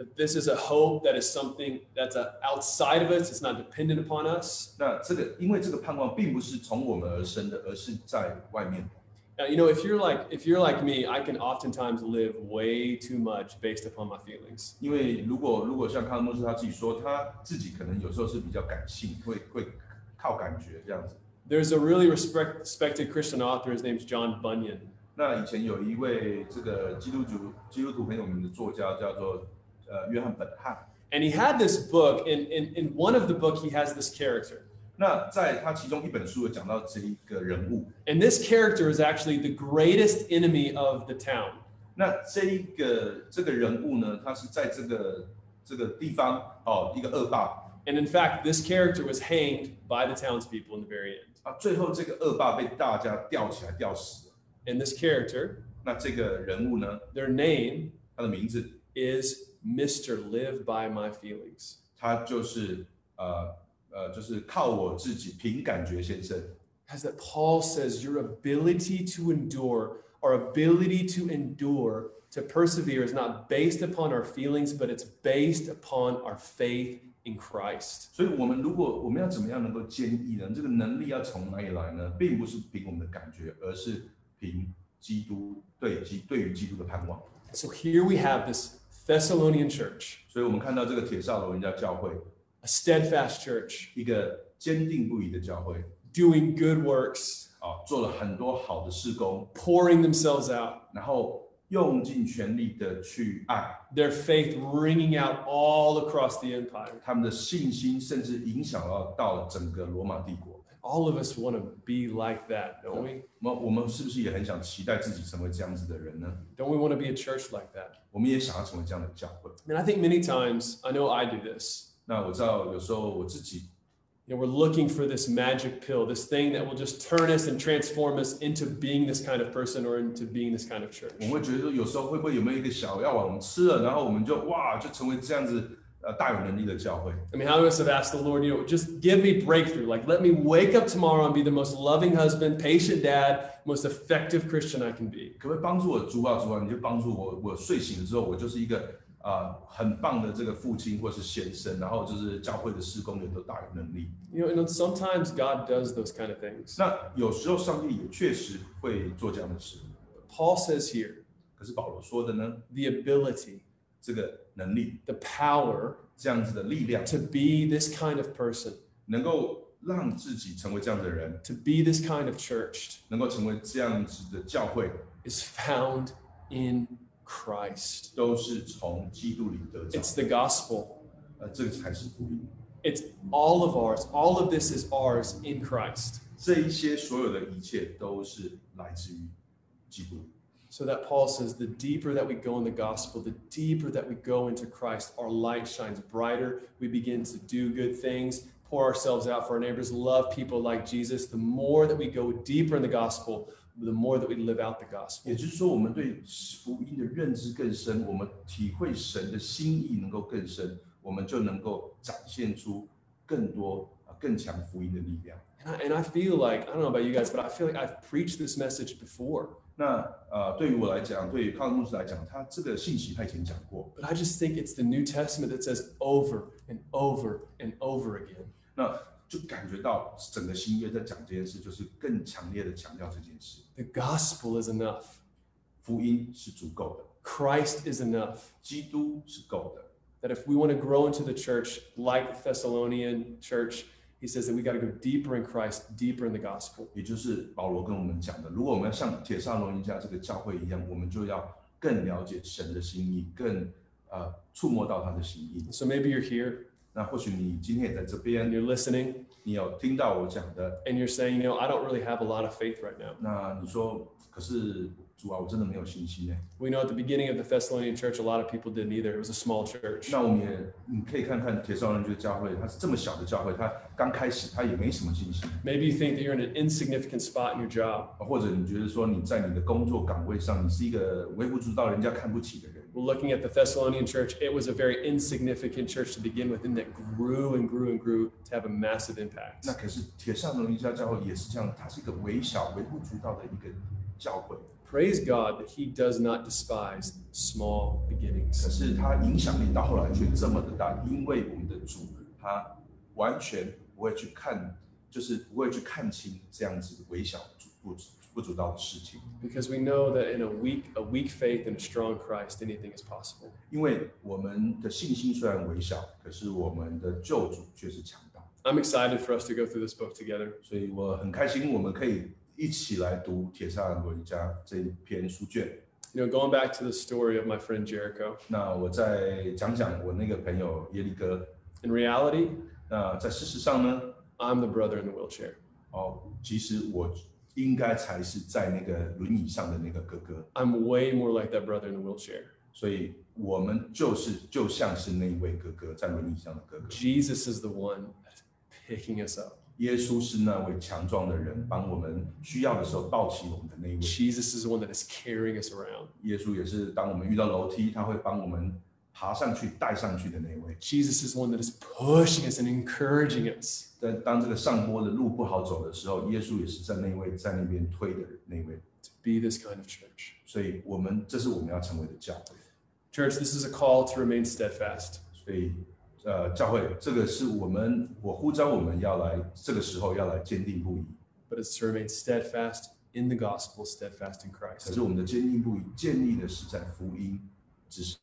S3: That this is a hope that is something that's uh, outside of us, it's not dependent upon us.
S2: 那这个，因为这个盼望并不是从我们而生的，而是在外面。
S3: Now, you know, if you're like if you're like me, I can oftentimes live way too much based upon my feelings.
S2: 因为如果如果像康牧师他自己说，他自己可能有时候是比较感性，会会靠感觉这样子。
S3: There's a really respect, respected Christian author. His name's John Bunyan.
S2: 那以前有一位这个基督徒基督徒很有名的作家叫做呃约翰本汉。
S3: And he had this book, and in, in one of the book, he has this character.
S2: 那在他其中一本书有讲到这一个人物，
S3: And this character is actually the greatest enemy of the town.
S2: 那这一个这个人物呢，他是在这个这个地方哦，一个恶霸
S3: And in fact, this character was hanged by the townspeople in the very end.
S2: 啊，最后这个恶霸被大家吊起来吊死了。
S3: And this character,
S2: 那这个人物呢，
S3: their name
S2: 他的名字，
S3: is Mr. Live by My Feelings.
S2: 他就是呃呃，就是靠我自己凭感觉先生。
S3: As that Paul says, your ability to endure, our ability to endure, to persevere is not based upon our feelings, but it's based upon our faith in Christ.
S2: 所以，我们如果我们要怎么样能够坚毅呢？这个能力要从哪里来呢？并不是凭我们的感觉，而是凭基督对基对于基督的盼望。
S3: So here we have this Thessalonian church,
S2: 所以我们看到这个铁萨罗人家教会，
S3: a steadfast church,
S2: 一个坚定不移的教会，
S3: doing good works,
S2: 啊，做了很多好的事工，
S3: pouring themselves out.
S2: 然后用尽全力的去爱，
S3: their faith ringing out all across the empire.
S2: 他们的信心甚至影响到到整个罗马帝国。
S3: All of us want to be like that, don't we?
S2: 那我们是不是也很想期待自己成为这样子的人呢？
S3: Don't we want to be a church like that?
S2: 我们也想要成为这样的教会。
S3: And I think many times, I know I do this.
S2: 那我知道有时候我自己，
S3: You know, we're looking for this magic pill, this thing that will just turn us and transform us into being this kind of person or into being this kind of church.
S2: 我会觉得说，有时候会不会有没有一个小药丸，我们吃了，然后我们就哇，就成为这样子呃大有能力的教会。
S3: I mean, how many of us have asked the Lord, you know, just give me breakthrough? Like, let me wake up tomorrow and be the most loving husband, patient dad, most effective Christian I can be.
S2: 可不可以帮助我主啊主啊，你就帮助我，我睡醒之后，我就是一个啊、呃很棒的这个父亲或是先生，然后就是教会的施工人都大有能力。
S3: You know, and sometimes God does those kind of things.
S2: 那有时候上帝也确实会做这样的事，
S3: Paul says here,
S2: 可是保罗说的呢，
S3: the ability,
S2: 这个能力，
S3: the power
S2: 这样子的力量，
S3: to be this kind of person,
S2: 能够让自己成为这样的人，
S3: to be this kind of church,
S2: 能够成为这样子的教会，
S3: is found in Christ.
S2: 都是从基督里得着
S3: It's。the gospel.
S2: 呃，这个才是福音。
S3: It's all of ours. All of this is ours in Christ.
S2: 这一些所有的一切都是来自于基督。
S3: So that Paul says, the deeper that we go in the gospel, the deeper that we go into Christ, our light shines brighter. We begin to do good things, pour ourselves out for our neighbors, love people like Jesus. The more that we go deeper in the gospel, the more that we live out the gospel.
S2: 也就是说，我们对福音的认知更深，我们体会神的心意能够更深，我们就能够展现出更多、呃更强福音的力量。
S3: And I, and I feel like, I don't know about you guys, but I feel like I've preached this message before.
S2: 那呃，对于我来讲，对于康牧师来讲，他这个信息他以前讲过。
S3: But I just think it's the New Testament that says over and over and over again.
S2: 那就感觉到整个新约在讲这件事，就是更强烈的强调这件事：
S3: The gospel is enough.
S2: 福音是足够的，
S3: Christ is enough.
S2: 基督是够的。
S3: That if we want to grow into the church like the Thessalonian church, he says that we got to go deeper in Christ, deeper in the gospel.
S2: 也就是保罗跟我们讲的，如果我们要像铁上罗尼迦这个教会一样，我们就要更了解神的心意，更呃触摸到他的心意。
S3: So maybe you're here
S2: 那或许你今天也在这
S3: and
S2: 边，
S3: you're listening
S2: 你有听到我讲的，
S3: and you're saying, you know, I don't really have a lot of faith right now.
S2: 那你说，可是主啊，我真的没有信心哎。
S3: We know at the beginning of the Thessalonian church, a lot of people didn't either. It was a small church.
S2: 那我们也，你可以看看铁上人这个教会，它是这么小的教会，它刚开始它也没什么信心，
S3: Maybe you think that you're in an insignificant spot in your job.
S2: 或者你觉得说你在你的工作岗位上，你是一个微不足道、人家看不起的人。
S3: We're looking at the Thessalonian church. It was a very insignificant church to begin with, and that grew and grew and grew to have a massive impact.
S2: 那可是铁上农一家教会也是这样，它是一个微小、微不足道的一个教会，
S3: Praise God that He does not despise small
S2: 可
S3: beginnings.
S2: 是它影响力到后来却这么的大，因为我们的主他完全不会去看，就是不会去看清这样子微小不足不足道的事情，
S3: Because we know that in a weak, a weak faith and a strong Christ, anything is possible.
S2: 因为我们的信心虽然微小，可是我们的救主却是强大，
S3: I'm excited for us to go through this book together.
S2: 所以我很开心我们可以一起来读《铁上罗一家》这一篇书卷。
S3: You know, going back to the story of my friend Jericho,
S2: 那我再讲讲我那个朋友耶利哥。
S3: in reality,
S2: 那在事实上呢，
S3: I'm the brother in the wheelchair.
S2: 哦，其实我应该才是在那个轮椅上的那个哥哥，
S3: I'm way more like that brother in the wheelchair.
S2: 所以我们就是就像是那一位哥哥在轮椅上的哥哥。
S3: Jesus is the one that's picking us up.
S2: 耶稣是那位强壮的人，帮我们需要的时候抱起我们的那一位。
S3: Jesus is the one that is carrying us around.
S2: 耶稣也是当我们遇到楼梯，他会帮我们爬上去、带上去的那一位。
S3: Jesus is the one that is pushing us and encouraging us.
S2: 但当这个上坡的路不好走的时候，耶稣也是在那一位在那边推的那一位。
S3: Be this kind of church.
S2: 所以，我们这是我们要成为的教会。
S3: Church, this is a call to remain steadfast.
S2: 所以，呃，教会这个是我们，我呼召我们要来，这个时候要来坚定不移。
S3: but it's to remain steadfast in the gospel, steadfast in
S2: 可
S3: Christ.
S2: 是我们的坚定不移建立的是在福音之